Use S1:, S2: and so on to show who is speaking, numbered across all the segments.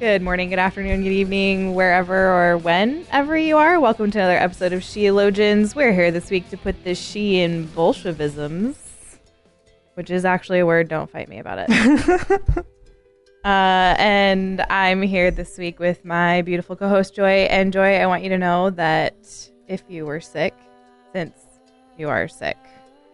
S1: Good morning, good afternoon, good evening, wherever or whenever you are. Welcome to another episode of Sheologians. We're here this week to put the she in Bolshevisms, which is actually a word. Don't fight me about it. uh, and I'm here this week with my beautiful co host, Joy. And Joy, I want you to know that if you were sick, since you are sick,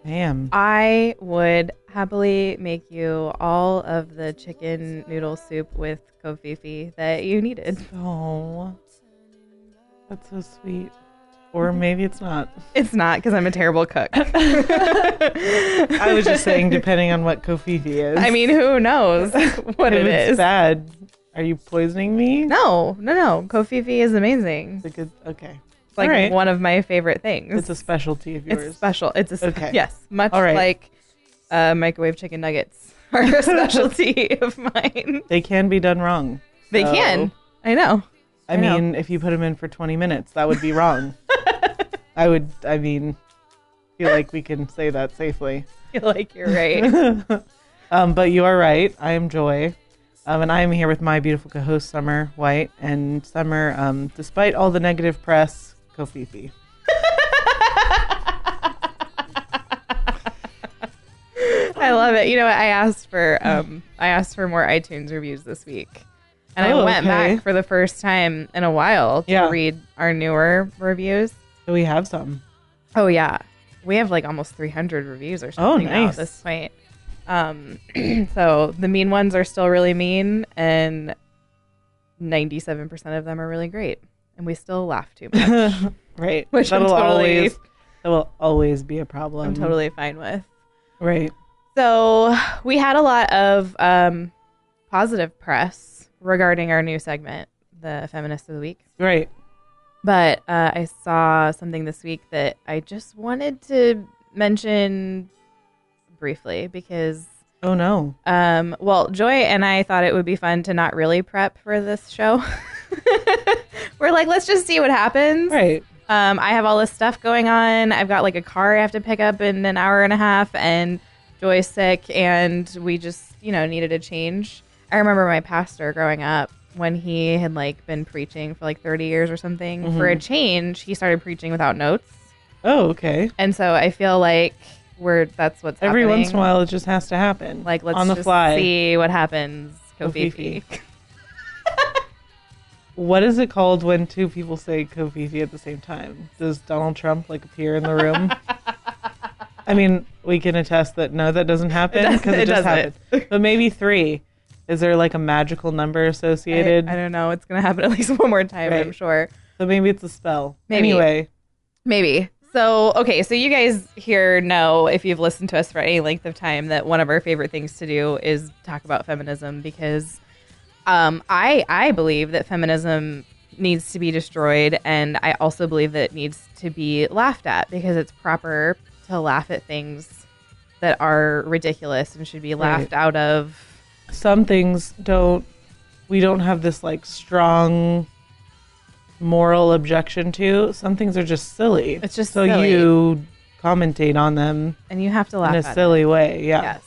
S2: Damn.
S1: I would happily make you all of the chicken noodle soup with kofifi that you needed.
S2: Oh. That's so sweet. Or maybe it's not.
S1: It's not because I'm a terrible cook.
S2: I
S1: I
S2: was just saying, depending on what kofifi is.
S1: I mean, who knows what
S2: if
S1: it
S2: it's
S1: is?
S2: bad. Are you poisoning me?
S1: No, no, no. Kofifi is amazing.
S2: It's a good. Okay.
S1: It's like
S2: All right.
S1: one of my favorite things.
S2: It's a specialty of
S1: It's
S2: yours.
S1: special. It's a
S2: Okay.
S1: yes, much
S2: All right.
S1: like uh, microwave chicken nuggets are a specialty of mine.
S2: they can be done wrong.
S1: They
S2: So,
S1: can. I know.
S2: I,
S1: I know.
S2: mean, if you put them in for 20 minutes, that would be wrong. I would, I mean, feel like we can say that safely.
S1: I feel like you're right.
S2: Um, but you are right. I am Joy. Um, and I am here with my beautiful co host, Summer White. And Summer, um, despite all the negative press, Kofifi.
S1: I love it. You know what? I asked for um I asked for more iTunes reviews this week. And I
S2: Oh,
S1: went
S2: okay.
S1: back for the first time in a while to
S2: Yeah.
S1: read our newer reviews.
S2: So we have some.
S1: Oh yeah. We have like almost 300 reviews or
S2: Oh,
S1: something now
S2: nice.
S1: at this point. Um so the mean ones are still really mean and 97% of them are really great and we still laugh too much.
S2: Right.
S1: Which I'm
S2: That'll
S1: totally-
S2: always, that will always be a problem.
S1: I'm totally fine with.
S2: Right.
S1: So we had a lot of um, positive press regarding our new segment, the Feminist of the Week.
S2: Right.
S1: But uh, I saw something this week that I just wanted to mention briefly because,
S2: Oh, no.
S1: um, well, Joy and I thought it would be fun to not really prep for this show. We're like, let's just see what happens.
S2: Right.
S1: Um, I have all this stuff going on. I've got like a car I have to pick up in an hour and a half, and Joy's sick, and we just, you know, needed a change. I remember my pastor growing up when he had like been preaching for like 30 years or something.
S2: Mm-hmm.
S1: For a change, he started preaching without notes.
S2: Oh, okay.
S1: And so I feel like we're that's what's
S2: Every
S1: happening.
S2: once in a while, it just has to happen.
S1: Like, let's
S2: on the
S1: just
S2: fly.
S1: see what happens. Kofifi.
S2: Kofifi. What is it called when two people say Kofifi at the same time? Does Donald Trump like appear in the room? I mean, we can attest that no, that doesn't happen
S1: doesn't-
S2: because it,
S1: it
S2: just
S1: doesn't.
S2: happened. But maybe three. Is there like a magical number
S1: I,
S2: associated?
S1: I don't know. It's going to happen at least one more time,
S2: Right.
S1: I'm sure.
S2: so maybe it's a spell.
S1: Maybe.
S2: Anyway,
S1: Maybe. So, okay, so you guys here know if you've listened to us for any length of time that one of our favorite things to do is talk about feminism because um, I I believe that feminism needs to be destroyed and I also believe that it needs to be laughed at because it's proper to laugh at things that are ridiculous and should be laughed out of.
S2: some things don't. We don't have this like strong moral objection to. Some things are just silly.
S1: It's just
S2: so
S1: silly.
S2: you commentate on them
S1: And you have to laugh
S2: in
S1: at
S2: a
S1: it.
S2: silly way. Yeah.
S1: Yes.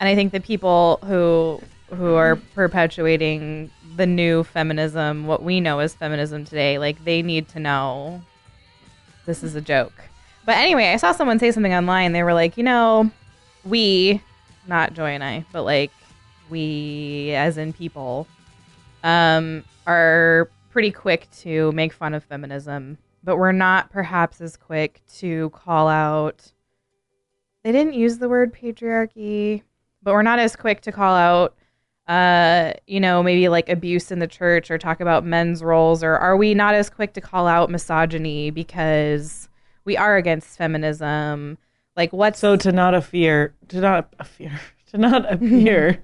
S1: And I think the people who who are perpetuating the new feminism, what we know as feminism today, like they need to know this is a joke. But anyway, I saw someone say something online. They were like, you know, we, not Joy and I, but like we as in people, um, are pretty quick to make fun of feminism, but we're not perhaps as quick to call out they didn't use the word patriarchy, but we're not as quick to call out, uh, you know, maybe like abuse in the church or talk about men's roles, or are we not as quick to call out misogyny because we are against feminism? Like, what's
S2: So to not appear, to not appear, to not appear,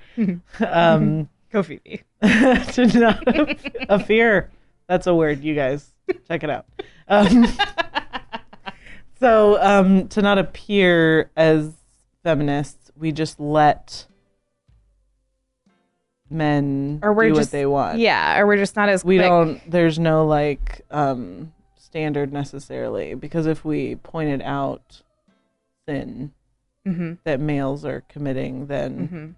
S2: um,
S1: Kofi.
S2: to not a, a fear. That's a word, you guys. Check it out. Um, so um, to not appear as feminists, we just let men
S1: Or we're
S2: do
S1: just-
S2: what they want.
S1: Yeah, or we're just not as
S2: we
S1: quick.
S2: don't. There's no like um, standard necessarily because if we pointed out sin
S1: Mhm,
S2: that males are committing, then
S1: mhm.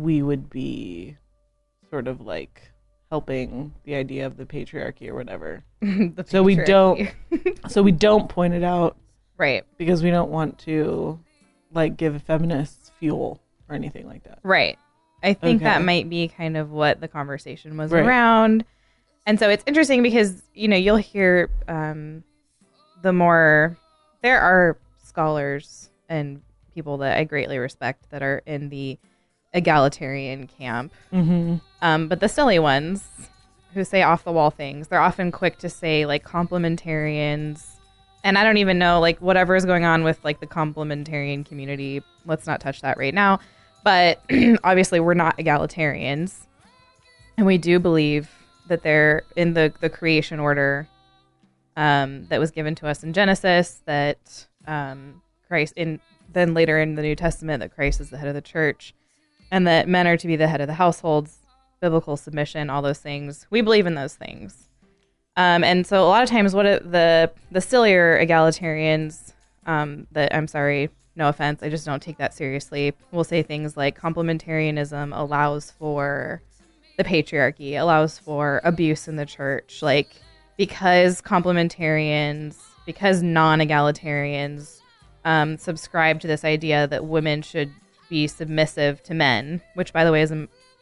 S2: we would be sort of like helping the idea of the patriarchy or whatever.
S1: Mm-hmm. The
S2: So we
S1: patriarchy.
S2: don't- So we don't point it out
S1: right,
S2: because we don't want to like give feminists fuel or anything like that.
S1: right. I think that
S2: Okay.
S1: might be kind of what the conversation was
S2: Right.
S1: around, and so it's interesting because you know you'll hear um, the more there are scholars and people that I greatly respect that are in the egalitarian camp
S2: Mm-hmm.
S1: Um, but the silly ones who say off the wall things, they're often quick to say like complementarians. And I don't even know like whatever is going on with like the complementarian community. Let's not touch that right now. But obviously, we're not egalitarians. And we do believe that there in the, the creation order um, that was given to us in Genesis, that um, Christ, in then later in the New Testament, that Christ is the head of the church and that men are to be the head of the households, biblical submission, all those things. We believe in those things. Um, and so a lot of times what it, the the sillier egalitarians um, that I'm sorry, no offense, I just don't take that seriously. will say things like complementarianism allows for the patriarchy, allows for abuse in the church, like because complementarians, because non-egalitarians um, subscribe to this idea that women should be submissive to men, which, by the way, is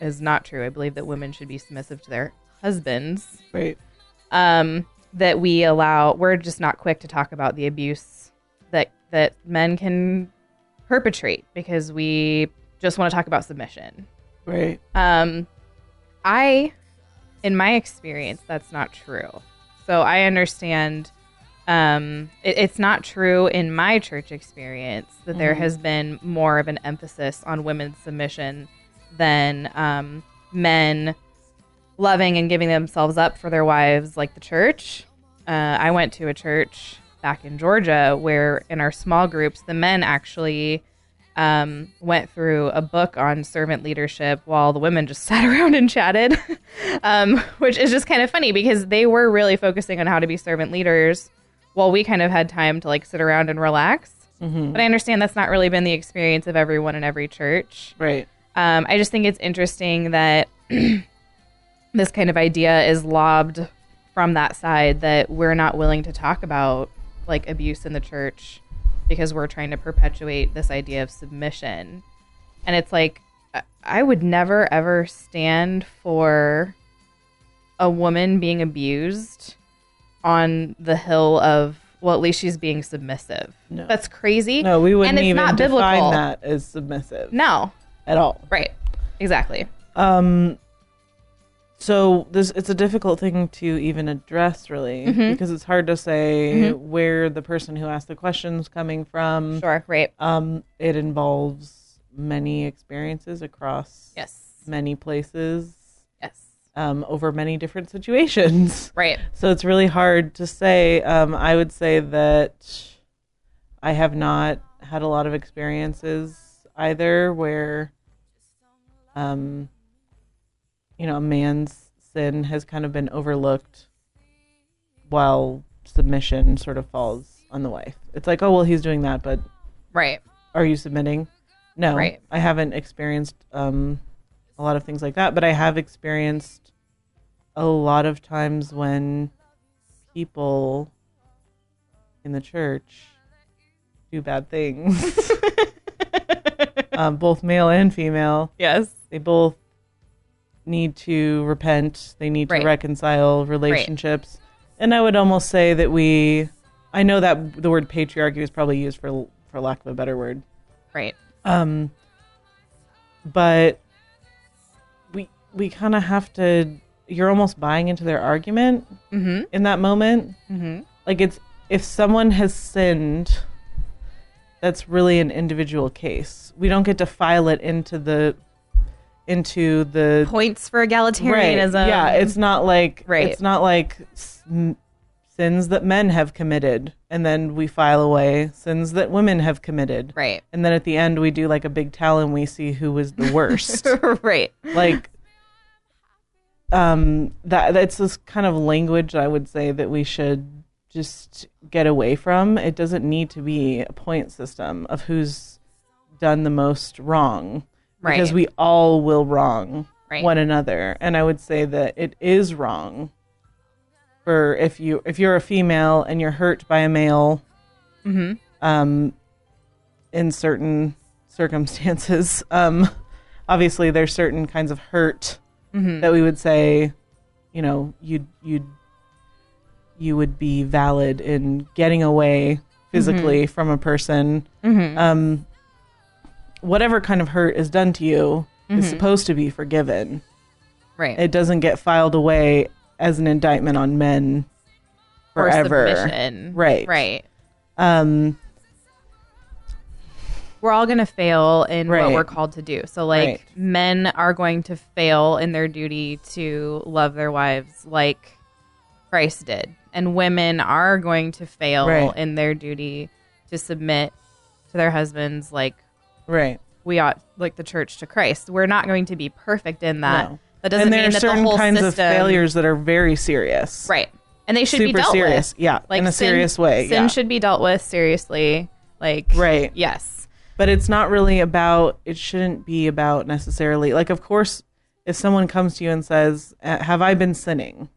S1: is not true. I believe that women should be submissive to their husbands.
S2: Right.
S1: Um, that we allow, we're just not quick to talk about the abuse that that men can perpetrate because we just want to talk about submission.
S2: Right.
S1: Um, I, in my experience, that's not true. So I understand. Um, it, it's not true in my church experience that there has been more of an emphasis on women's submission than um, men loving and giving themselves up for their wives, like the church. Uh, I went to a church back in Georgia where, in our small groups, the men actually um, went through a book on servant leadership while the women just sat around and chatted, um, which is just kind of funny because they were really focusing on how to be servant leaders while we kind of had time to like sit around and relax. But I understand that's not really been the experience of everyone in every church.
S2: Right.
S1: Um, I just think it's interesting that this kind of idea is lobbed from that side that we're not willing to talk about like abuse in the church because we're trying to perpetuate this idea of submission. And it's like, I- I would never ever stand for a woman being abused on the hill of, well, at least she's being submissive.
S2: No.
S1: That's crazy.
S2: No, we wouldn't
S1: and it's
S2: even
S1: not biblical.
S2: define that as submissive
S1: No,
S2: at all.
S1: right. Exactly.
S2: Um. So this it's a difficult thing to even address, really,
S1: Mm-hmm.
S2: because it's hard to say where the person who asked the questions coming from.
S1: Sure. Right.
S2: Um, it involves many experiences across
S1: Yes.
S2: many places,
S1: Yes.
S2: um, over many different situations.
S1: Right.
S2: So it's really hard to say. Um, I would say that I have not had a lot of experiences either where, um, you know, a man's sin has kind of been overlooked while submission sort of falls on the wife. It's like, oh, well, he's doing that, but
S1: Right.
S2: are you submitting? No,
S1: Right.
S2: I haven't experienced um, a lot of things like that, but I have experienced a lot of times when people in the church do bad things, um, both male and female.
S1: Yes.
S2: They both need to repent. They need
S1: Right.
S2: to reconcile relationships. And I would almost say that we, I know that the word patriarchy was probably used for for lack of a better word,
S1: Right.
S2: um, but we we kind of have to. You're almost buying into their argument
S1: Mm-hmm.
S2: in that moment.
S1: Mm-hmm.
S2: Like it's if someone has sinned, that's really an individual case. We don't get to file it into the into the
S1: points for egalitarianism.
S2: Right. Yeah, it's not like
S1: Right.
S2: it's not like s- m- sins that men have committed, and then we file away sins that women have committed,
S1: right,
S2: and then at the end we do like a big tally and we see who was the worst.
S1: right.
S2: like, um, that that's this kind of language I would say that we should just get away from. It doesn't need to be a point system of who's done the most wrong
S1: Right.
S2: because we all will wrong
S1: Right.
S2: one another and i would say that it is wrong for if you if you're a female and you're hurt by a male um, in certain circumstances um, obviously there's certain kinds of hurt that we would say you know you you you would be valid in getting away physically from a person um, whatever kind of hurt is done to you is
S1: Mm-hmm.
S2: supposed to be forgiven
S1: Right.
S2: it doesn't get filed away as an indictment on men
S1: Or
S2: forever
S1: submission.
S2: right
S1: Right.
S2: um
S1: We're all going to fail in what
S2: Right.
S1: we're called to do. So, like,
S2: Right.
S1: men are going to fail in their duty to love their wives like Christ did. And women are going to fail
S2: Right.
S1: in their duty to submit to their husbands like
S2: right
S1: we ought, like the church to Christ. We're not going to be perfect in that.
S2: No.
S1: That doesn't
S2: and there
S1: mean
S2: are
S1: that
S2: certain
S1: the whole
S2: kinds
S1: system.
S2: of failures that are very serious
S1: Right. And they should be
S2: Super
S1: dealt
S2: serious.
S1: with.
S2: Yeah, in a
S1: sin-
S2: serious way,
S1: Sin
S2: yeah.
S1: should be dealt with seriously. Like
S2: Right.
S1: Yes.
S2: but it's not really about it shouldn't be about necessarily like of course if someone comes to you and says "Uh, have i been sinning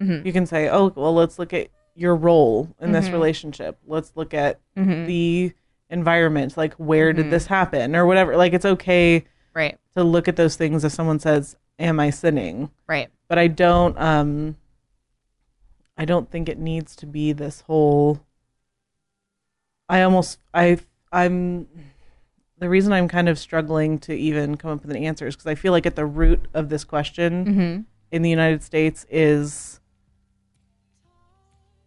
S2: you can say oh well let's look at your role in this relationship let's look at the environment like where did this happen or whatever like it's okay
S1: Right.
S2: to look at those things if someone says am i sinning
S1: Right.
S2: but i don't um i don't think it needs to be this whole i almost i i'm the reason i'm kind of struggling to even come up with an answer is because i feel like at the root of this question
S1: Mm-hmm.
S2: in the united states is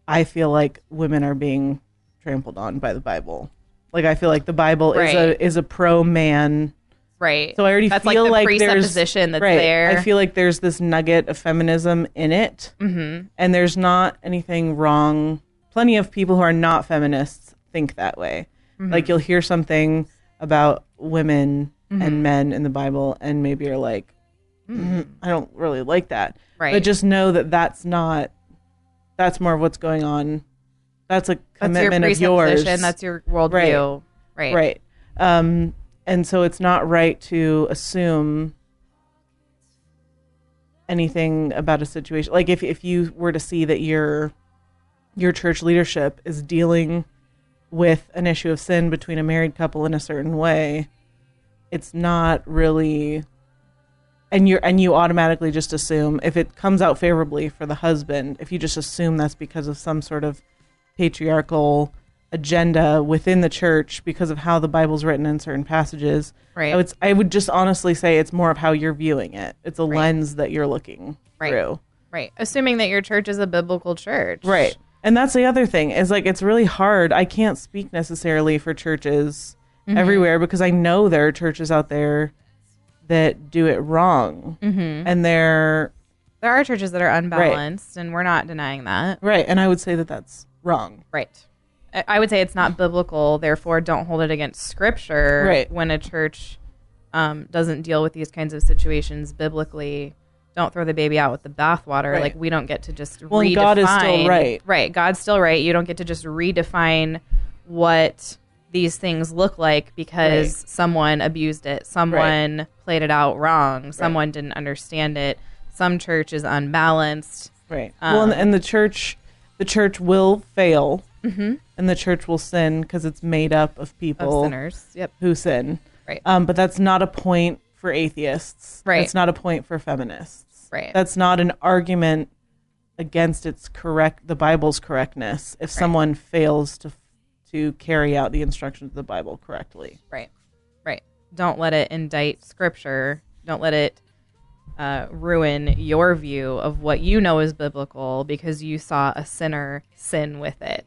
S2: i feel like women are being trampled on by the bible like i feel like the bible is
S1: Right.
S2: a is a pro man
S1: Right.
S2: so I already
S1: That's
S2: feel
S1: like
S2: like,
S1: the presupposition
S2: there's,
S1: that's
S2: right,
S1: there.
S2: I feel like there's this nugget of feminism in it, mm-hmm. and there's not anything wrong. Plenty of people who are not feminists think that way.
S1: Mm-hmm.
S2: Like you'll hear something about women
S1: Mm-hmm.
S2: and men in the Bible, and maybe you're like, "Mm, I don't really like that.
S1: Right.
S2: But just know that that's not. That's more of what's going on. That's a
S1: that's your
S2: commitment of
S1: presupposition.
S2: yours.
S1: That's your worldview. Right.
S2: Right. Um, and so it's not right to assume anything about a situation. Like if, if you were to see that your your church leadership is dealing with an issue of sin between a married couple in a certain way, it's not really and you're and you automatically just assume if it comes out favorably for the husband, if you just assume that's because of some sort of patriarchal agenda within the church because of how the Bible's written in certain passages.
S1: Right.
S2: I would, I would just honestly say it's more of how you're viewing it. It's a lens that you're looking
S1: Right.
S2: through.
S1: Right. Assuming that your church is a biblical church.
S2: Right. And that's the other thing is like it's really hard. I can't speak necessarily for churches
S1: Mm-hmm.
S2: everywhere because I know there are churches out there that do it wrong. Mm-hmm. And they're
S1: There are churches that are unbalanced and we're not denying that.
S2: right. And I would say that that's wrong.
S1: Right. I- I would say it's not biblical, therefore don't hold it against scripture
S2: Right.
S1: when a church um, doesn't deal with these kinds of situations biblically. Don't throw the baby out with the bathwater.
S2: Right.
S1: Like we don't get to just
S2: Well,
S1: redefine.
S2: and God is still right.
S1: Right. God's still right. You don't get to just redefine what these things look like because
S2: Right.
S1: someone abused it, someone played it out wrong, someone didn't understand it. Some church is unbalanced.
S2: Right. well,
S1: Ah.
S2: and, and the church, the church will fail, and the church will sin because it's made up of
S1: Mm-hmm. Of
S2: people
S1: sinners. Yep.
S2: who sin.
S1: Right.
S2: Um, but that's not a point for atheists.
S1: Right.
S2: It's not a point for feminists.
S1: Right.
S2: That's not an argument against its correct, the Bible's correctness. If someone fails to to carry out the instructions of the Bible correctly,
S1: Right. Right. Don't let it indict scripture. Don't let it uh, ruin your view of what you know is biblical because you saw a sinner sin with it.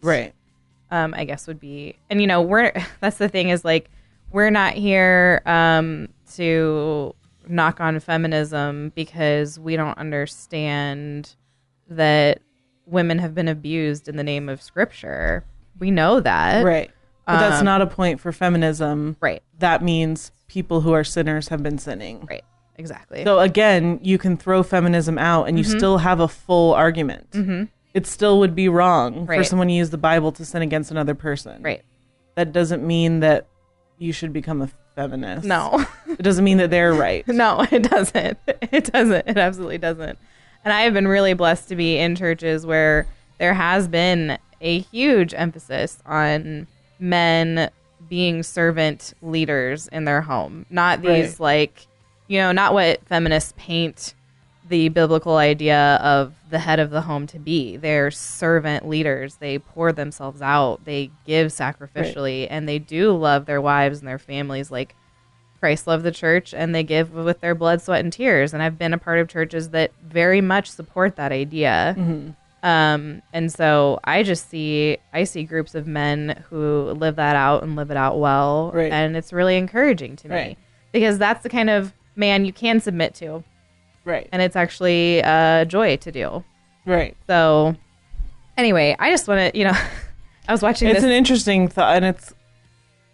S1: Um, I guess would be, and you know, we're that's the thing is like we're not here um to knock on feminism because we don't understand that women have been abused in the name of scripture. We know that.
S2: Right. But that's
S1: Um,
S2: not a point for feminism.
S1: Right.
S2: That means people who are sinners have been sinning.
S1: Right. Exactly.
S2: So again, you can throw feminism out and you
S1: Mm-hmm.
S2: still have a full argument. It still would be wrong for
S1: Right.
S2: someone to use the Bible to sin against another person.
S1: right.
S2: That doesn't mean that you should become a feminist.
S1: No.
S2: It doesn't mean that they're right.
S1: No, it doesn't. It doesn't. It absolutely doesn't. And I have been really blessed to be in churches where there has been a huge emphasis on men being servant leaders in their home, not these like, you know, not what feminists paint the biblical idea of the head of the home to be. They're servant leaders. They pour themselves out. They give sacrificially and they do love their wives and their families like Christ loved the church and they give with their blood, sweat, and tears. And I've been a part of churches that very much support that idea.
S2: Mm-hmm.
S1: Um, and so I just see I see groups of men who live that out and live it out well,
S2: Right.
S1: and it's really encouraging to me
S2: Right.
S1: because that's the kind of man you can submit to,
S2: Right.
S1: and it's actually a joy to do.
S2: Right.
S1: So anyway, I just want to you know I was watching
S2: It's
S1: this.
S2: an interesting thought and it's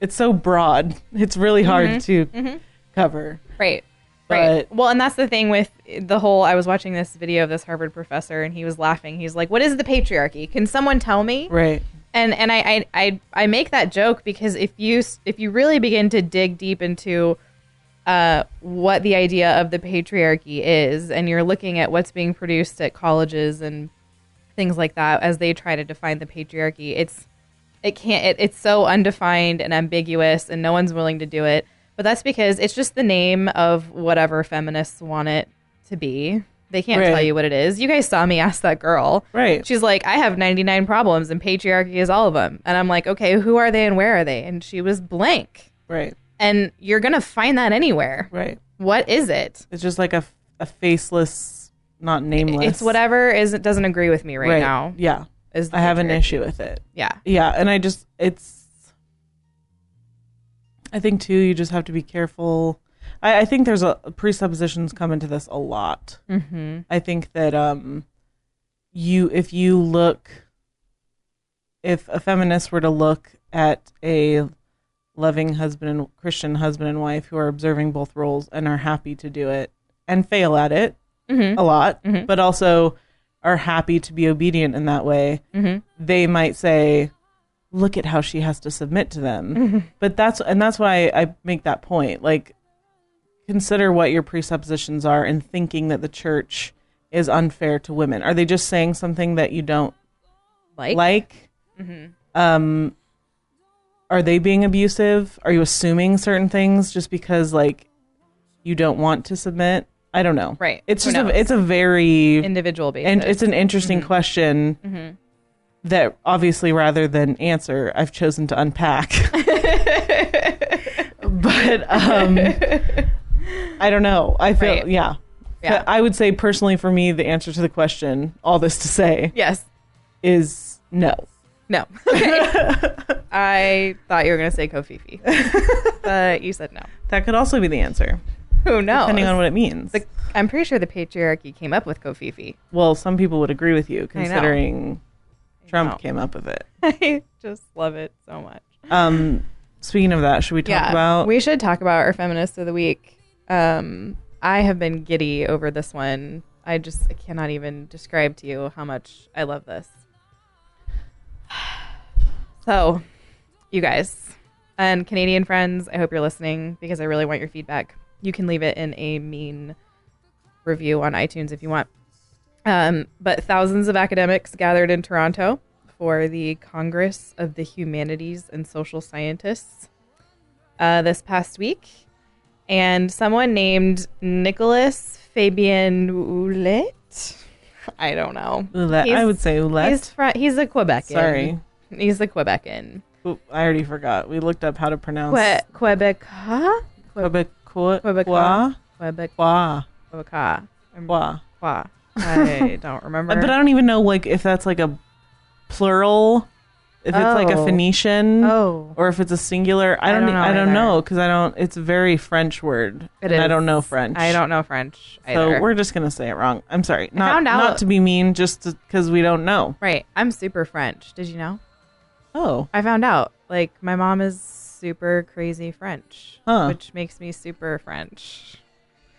S2: it's so broad. It's really hard to cover.
S1: Right. Mm-hmm. Right.
S2: But-
S1: well, and that's the thing with the whole. I was watching this video of this Harvard professor, and he was laughing. He's like, "What is the patriarchy? Can someone tell me?"
S2: Right.
S1: And and I I, I I make that joke because if you s- if you really begin to dig deep into uh, what the idea of the patriarchy is, and you're looking at what's being produced at colleges and things like that as they try to define the patriarchy, it's it can't it, it's so undefined and ambiguous and no one's willing to do it but that's because it's just the name of whatever feminists want it to be they can't
S2: Right.
S1: tell you what it is you guys saw me ask that girl
S2: Right.
S1: she's like i have 99 problems and patriarchy is all of them and i'm like okay who are they and where are they and she was blank
S2: Right.
S1: and you're gonna find that anywhere
S2: Right.
S1: what is it
S2: It's just like a, a faceless, not nameless.
S1: it's whatever is it doesn't agree with me right, now
S2: Yeah.
S1: is the
S2: I have an
S1: patriarchy.
S2: issue with it.
S1: yeah
S2: Yeah, and I just it's I think too you just have to be careful. I, I think there's a presuppositions come into this a lot.
S1: mm-hmm.
S2: I think that um you if you look if a feminist were to look at a loving husband and Christian husband and wife who are observing both roles and are happy to do it and fail at it
S1: Mhm.
S2: a lot, but also are happy to be obedient in that way,
S1: Mhm.
S2: they might say, "Look at how she has to submit to them."
S1: Mm-hmm.
S2: But that's and that's why I make that point. Like, consider what your presuppositions are in thinking that the church is unfair to women. Are they just saying something that you don't
S1: like, Mm-hmm.
S2: like? Um, are they being abusive? Are you assuming certain things just because like you don't want to submit? I don't know.
S1: Right.
S2: It's
S1: Who
S2: just
S1: knows?
S2: a, it's a very
S1: individual basis
S2: and it's an interesting
S1: Mm-hmm.
S2: question that obviously rather than answer, I've chosen to unpack. but um, I don't know. I feel
S1: Right.
S2: yeah.
S1: Yeah.
S2: But I would say personally for me the answer to the question, all this to say,
S1: yes
S2: is no.
S1: No. Okay. I thought you were going to say Kofifi, but you said no.
S2: That could also be the answer.
S1: Who knows?
S2: depending on what it means.
S1: Oh, The, I'm pretty sure the patriarchy came up with Kofifi.
S2: well, some people would agree with you
S1: know.
S2: considering
S1: know.
S2: Trump came up with it.
S1: I just love it so much.
S2: Um, speaking of that, should we talk about?
S1: we should talk about our feminist of the week. Um, I have been giddy over this one. I just I cannot even describe to you how much I love this. So, you guys and Canadian friends, I hope you're listening because I really want your feedback. You can leave it in a mean review on iTunes if you want. Um, but thousands of academics gathered in Toronto for the Congress of the Humanities and Social Scientists uh, this past week, and someone named Nicholas Fabien Ouellet. I don't know.
S2: Ouellette. I
S1: He's-
S2: would say
S1: He's
S2: Ouellette.
S1: from. He's a Quebecan.
S2: Sorry,
S1: he's a Quebecan.
S2: Oop, I already forgot. We looked up how to pronounce
S1: Que- Quebecois.
S2: Quebecois.
S1: Quebecois. Quebec.
S2: Quebecois.
S1: Quebecois.
S2: Quebecois.
S1: Qua. I don't remember.
S2: But I don't even know like if that's like a plural if it's like a
S1: Oh.
S2: Phoenician
S1: Oh.
S2: or if it's a singular. I don't. e-
S1: don't know
S2: I don't
S1: either.
S2: know because I don't. It's a very French word.
S1: It
S2: and I
S1: is.
S2: don't know French.
S1: I don't know French either.
S2: So we're just gonna say it wrong. I'm sorry. Not
S1: found out-
S2: not to be mean, just because we don't know.
S1: right. I'm super French. Did you know?
S2: Oh,
S1: I found out. Like my mom is super crazy French,
S2: Huh.
S1: which makes me super French.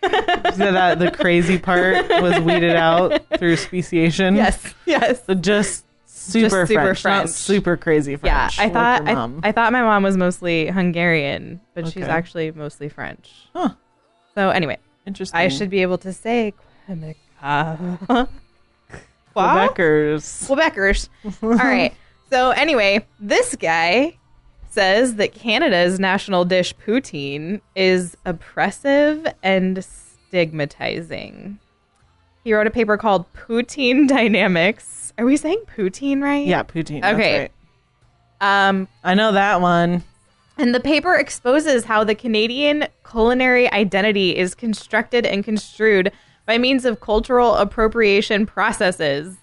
S2: so that the crazy part was weeded out through speciation.
S1: Yes. Yes.
S2: So just super,
S1: Just super
S2: French, not
S1: French.
S2: super crazy
S1: Yeah,
S2: French.
S1: I
S2: like
S1: thought
S2: your mom.
S1: I, I thought my mom was mostly Hungarian, but she's
S2: Okay.
S1: actually mostly French.
S2: Huh.
S1: So anyway,
S2: Interesting.
S1: I should be able to say Quebec.
S2: Quebecers.
S1: Quebecers. All right. So anyway, this guy says that Canada's national dish poutine is oppressive and stigmatizing. He wrote a paper called Poutine Dynamics. Are we saying poutine right?
S2: Yeah, poutine. that's
S1: Okay.
S2: right.
S1: Um,
S2: I know that one.
S1: and the paper exposes how the Canadian culinary identity is constructed and construed by means of cultural appropriation processes.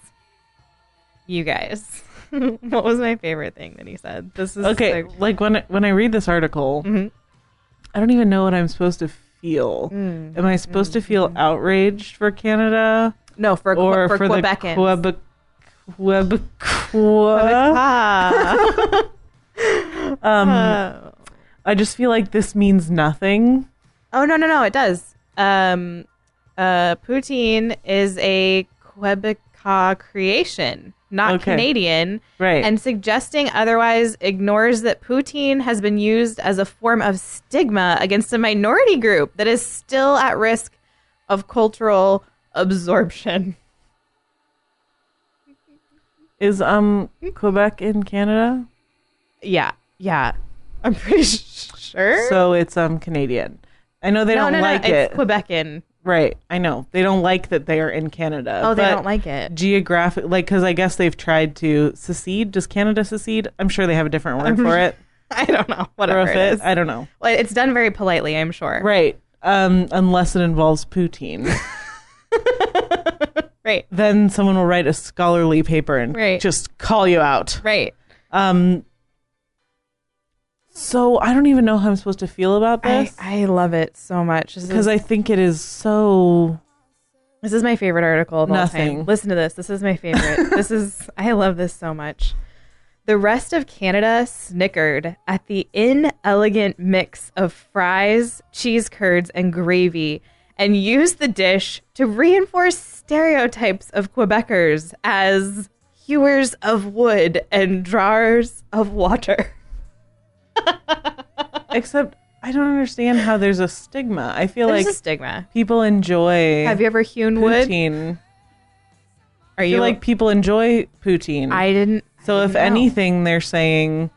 S1: You guys. what was my favorite thing that he said? This is
S2: Okay,
S1: like- Mm-hmm.
S2: like when when I read this article, I don't even know what I'm supposed to feel.
S1: Mm,
S2: Am I supposed to feel outraged for Canada
S1: no, for,
S2: or
S1: for,
S2: for, the
S1: Quebecans.
S2: Quebec Quebec Quebec?
S1: Ah.
S2: Um,
S1: Uh,
S2: I just feel like this means nothing.
S1: oh no, no, no, it does. Um uh poutine is a Quebecois creation, not
S2: Okay.
S1: Canadian.
S2: Right.
S1: and suggesting otherwise ignores that poutine has been used as a form of stigma against a minority group that is still at risk of cultural absorption.
S2: Is um
S1: Hmm?
S2: Quebec in Canada?
S1: Yeah, yeah. I'm pretty sure.
S2: So it's um Canadian. I know they
S1: no,
S2: don't
S1: no,
S2: like
S1: no.
S2: it.
S1: It's Quebecan.
S2: Right. I know. They don't like that they are in Canada.
S1: Oh, they
S2: but
S1: don't like it.
S2: geographic like cuz I guess they've tried to secede. Does Canada secede? I'm sure they have a different word for it.
S1: I don't know. Whatever
S2: Or if
S1: it
S2: it,
S1: is.
S2: I don't know.
S1: Well, it's done very politely, I'm sure.
S2: Right. Um unless it involves poutine.
S1: Right.
S2: then someone will write a scholarly paper and
S1: Right.
S2: just call you out.
S1: Right.
S2: Um So I don't even know how I'm supposed to feel about
S1: I,
S2: this
S1: I love it so much. This
S2: cuz
S1: is,
S2: I think it is so
S1: this is my favorite article of all
S2: Nothing.
S1: time. Listen to this. This is my favorite. this is I love this so much. The rest of Canada snickered at the inelegant mix of fries, cheese curds, and gravy, and used the dish to reinforce stereotypes of Quebecers as hewers of wood and drawers of water.
S2: except I don't understand how there's a stigma. I feel
S1: There's
S2: like
S1: a stigma.
S2: people enjoy
S1: Have you ever hewn wood?
S2: poutine.
S1: Are
S2: I
S1: you
S2: feel like people enjoy poutine.
S1: I didn't.
S2: so
S1: I
S2: if
S1: didn't know.
S2: anything, they're saying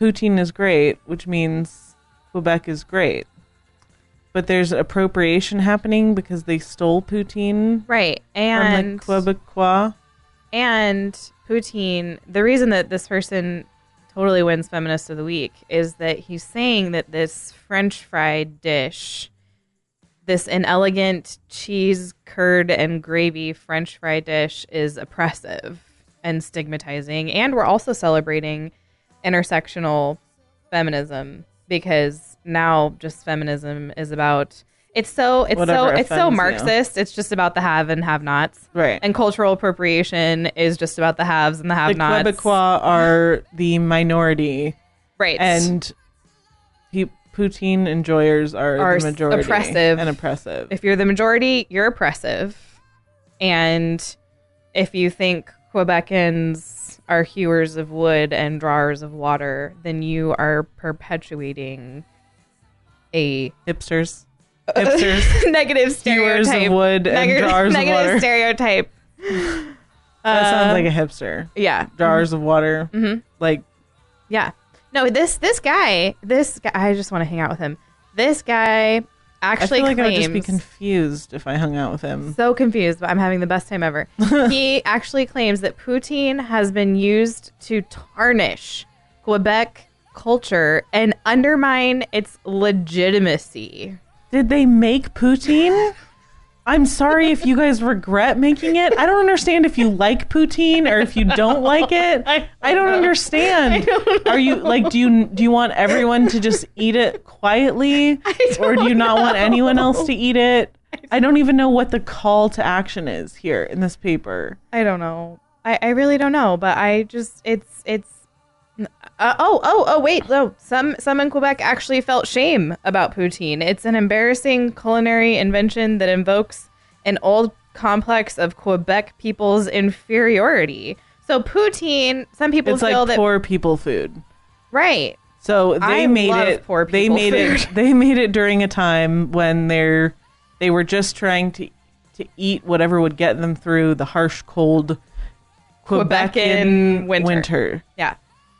S2: poutine is great, which means Quebec is great. But there's appropriation happening because they stole poutine
S1: right,
S2: from the
S1: and
S2: Quebecois.
S1: and poutine. The reason that this person totally wins feminist of the week is that he's saying that this French fried dish, this inelegant cheese curd and gravy French fry dish, is oppressive and stigmatizing, and we're also celebrating intersectional feminism because now just feminism is about it's so it's
S2: Whatever
S1: so it's so
S2: offends you.
S1: marxist it's just about the have and have nots
S2: Right.
S1: and cultural appropriation is just about the haves and the
S2: the
S1: have-nots.
S2: Quebecois are the minority,
S1: right?
S2: and pe- poutine enjoyers are,
S1: Are s-
S2: the majority.
S1: oppressive.
S2: And oppressive.
S1: if you're the majority, you're oppressive. And if you think Quebecans are hewers of wood and drawers of water, then you are perpetuating a
S2: Hipsters. Hipsters.
S1: negative
S2: Hewers
S1: stereotype.
S2: of wood and
S1: Neg-
S2: drawers of
S1: negative
S2: water.
S1: stereotype.
S2: that
S1: Um,
S2: sounds like a hipster.
S1: Yeah,
S2: Jars of water,
S1: mm-hmm.
S2: like
S1: Yeah. No, this this guy, this guy, I just want to hang out with him. This guy actually
S2: I feel like I would
S1: claims
S2: just be confused if I hung out with him.
S1: so confused, but I'm having the best time ever. he actually claims that poutine has been used to tarnish Quebec culture and undermine its legitimacy.
S2: Did they make poutine? I'm sorry if you guys regret making it. I don't understand if you like poutine or if you don't like it. I, don't understand. Are you like do you do you want everyone to just eat it quietly or do you not want anyone else to eat it? I don't even know what the call to action is here in this paper.
S1: I don't know. I, I really don't know, but I just it's it's. Uh, oh oh oh wait! No, some some in Quebec actually felt shame about poutine. It's an embarrassing culinary invention that invokes an old complex of Quebec people's inferiority. So poutine, some people
S2: It's
S1: feel
S2: like
S1: that
S2: poor people food.
S1: right.
S2: So they
S1: I
S2: made
S1: love
S2: it.
S1: poor
S2: they
S1: people
S2: made it. They made it during a time when they're they were just trying to to eat whatever would get them through the harsh cold
S1: Quebecan winter. Yeah.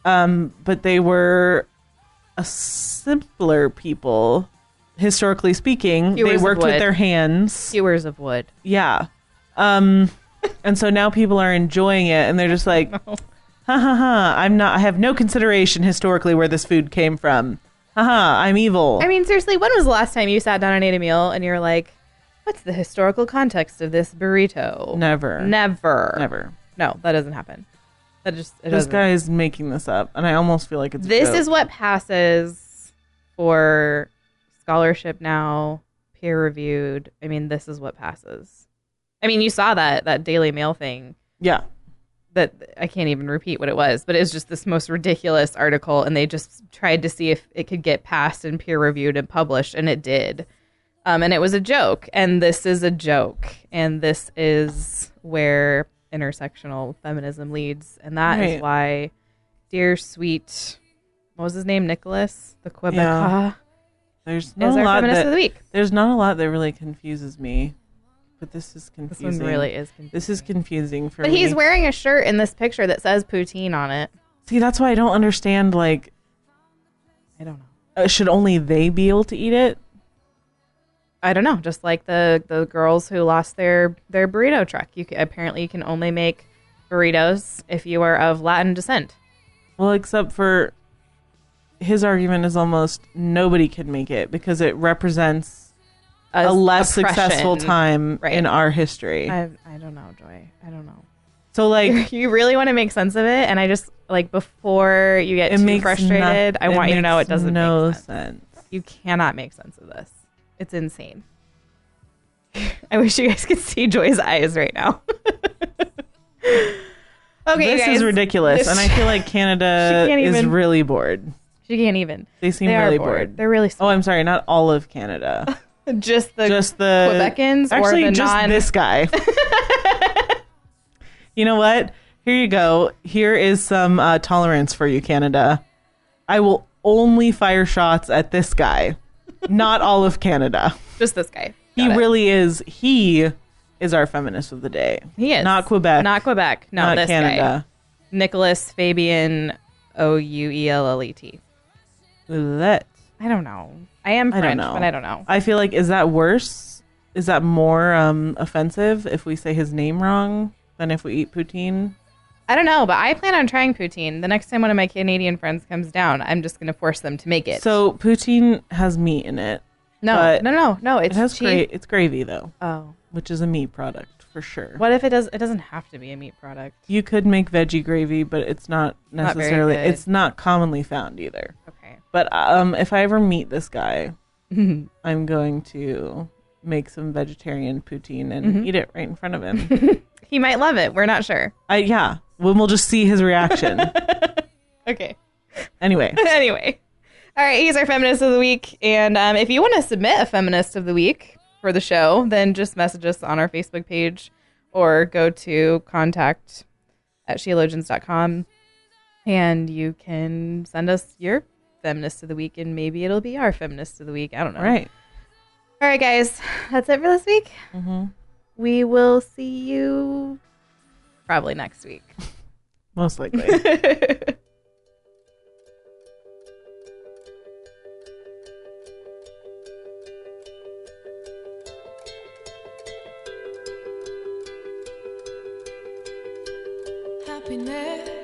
S2: Um, but they were a simpler people, historically speaking.
S1: Hewers
S2: they
S1: of
S2: worked with
S1: wood.
S2: their hands.
S1: Skewers of wood.
S2: Yeah. Um, and so now people are enjoying it, and they're just like, ha ha ha! I'm not. I have no consideration historically where this food came from. Ha ha! I'm evil.
S1: I mean, seriously, when was the last time you sat down and ate a meal and you're like, what's the historical context of this burrito?
S2: never,
S1: Never.
S2: never.
S1: No, that doesn't happen. That just it
S2: This
S1: doesn't.
S2: guy is making this up, and I almost feel like it's. a
S1: this
S2: joke.
S1: is what passes for scholarship now, peer reviewed. I mean, this is what passes. I mean, you saw that that Daily Mail thing
S2: yeah.
S1: that I can't even repeat what it was, but it was just this most ridiculous article, and they just tried to see if it could get passed and peer reviewed and published, and it did. Um, and it was a joke, and this is a joke, and this is where intersectional feminism leads, and that is
S2: Right.
S1: why, dear sweet, what was his name, Nicholas, the Quebecois,
S2: Yeah. There's
S1: is
S2: not a
S1: our
S2: lot
S1: feminist
S2: that,
S1: of the week.
S2: There's not a lot that really confuses me, but this is
S1: This
S2: confusing.
S1: one really is. Confusing.
S2: This is confusing for
S1: but
S2: me.
S1: he's wearing a shirt in this picture that says poutine on it.
S2: See, that's why I don't understand. Like,
S1: I don't know.
S2: uh, should only they be able to eat it?
S1: I don't know, just like the the girls who lost their their burrito truck. You ca apparently you can only make burritos if you are of Latin descent.
S2: Well, except for his argument is almost nobody can make it because it represents
S1: A,
S2: a less
S1: oppression.
S2: successful time
S1: Right.
S2: in our history.
S1: I I don't know, Joy. I don't know.
S2: so, like,
S1: You really want to make sense of it, and I just like before you get
S2: it
S1: too
S2: makes
S1: frustrated,
S2: no-
S1: I want you to know it
S2: makes
S1: doesn't
S2: no
S1: make sense.
S2: sense.
S1: You cannot make sense of this. It's insane. I wish you guys could see Joy's eyes right now. okay,
S2: this
S1: you guys.
S2: is ridiculous,
S1: This-
S2: and I feel like Canada
S1: She can't
S2: is
S1: even-
S2: really bored.
S1: She can't even.
S2: They seem
S1: They are
S2: really
S1: bored.
S2: bored.
S1: They're really.
S2: Oh, I'm sorry, not all of Canada.
S1: just the
S2: just the
S1: Quebecans or
S2: actually,
S1: the
S2: just
S1: non-
S2: this guy. you know what? Here you go. Here is some uh, tolerance for you, Canada. I will only fire shots at this guy, not all of Canada.
S1: just this guy.
S2: He
S1: Got it.
S2: really is. He is our feminist of the day.
S1: he is
S2: not Quebec,
S1: Not Quebec. No,
S2: not
S1: this guy.
S2: Canada.
S1: Nicholas Fabian O U E L L E T.
S2: That
S1: I don't know. I am
S2: I
S1: French,
S2: don't know.
S1: but I don't know.
S2: I feel like is that worse? Is that more um, offensive if we say his name wrong than if we eat poutine?
S1: I don't know, but I plan on trying poutine. The next time one of my Canadian friends comes down, I'm just going to force them to make it.
S2: So poutine has meat in it.
S1: no,
S2: but
S1: no, no, no. It's
S2: It has
S1: cheap.
S2: great. It's gravy though,
S1: Oh,
S2: which is a meat product for sure.
S1: what if it does? It doesn't have to be a meat product.
S2: You could make veggie gravy, but it's not
S1: Not very
S2: necessarily.
S1: good.
S2: it's not commonly found either.
S1: Okay.
S2: But um, if I ever meet this guy, I'm going to make some vegetarian poutine and
S1: Mm-hmm.
S2: eat it right in front of him.
S1: He might love it. We're not sure.
S2: I yeah. When we'll just see his reaction.
S1: Okay.
S2: anyway,
S1: anyway, all right, he's our feminist of the week. And um, if you want to submit a feminist of the week for the show, then just message us on our Facebook page or go to contact at sheologians.com and you can send us your feminist of the week and maybe it'll be our feminist of the week. I don't know.
S2: all right.
S1: All right, guys, that's it for this week. We will see you probably next week.
S2: Most likely.
S3: Happiness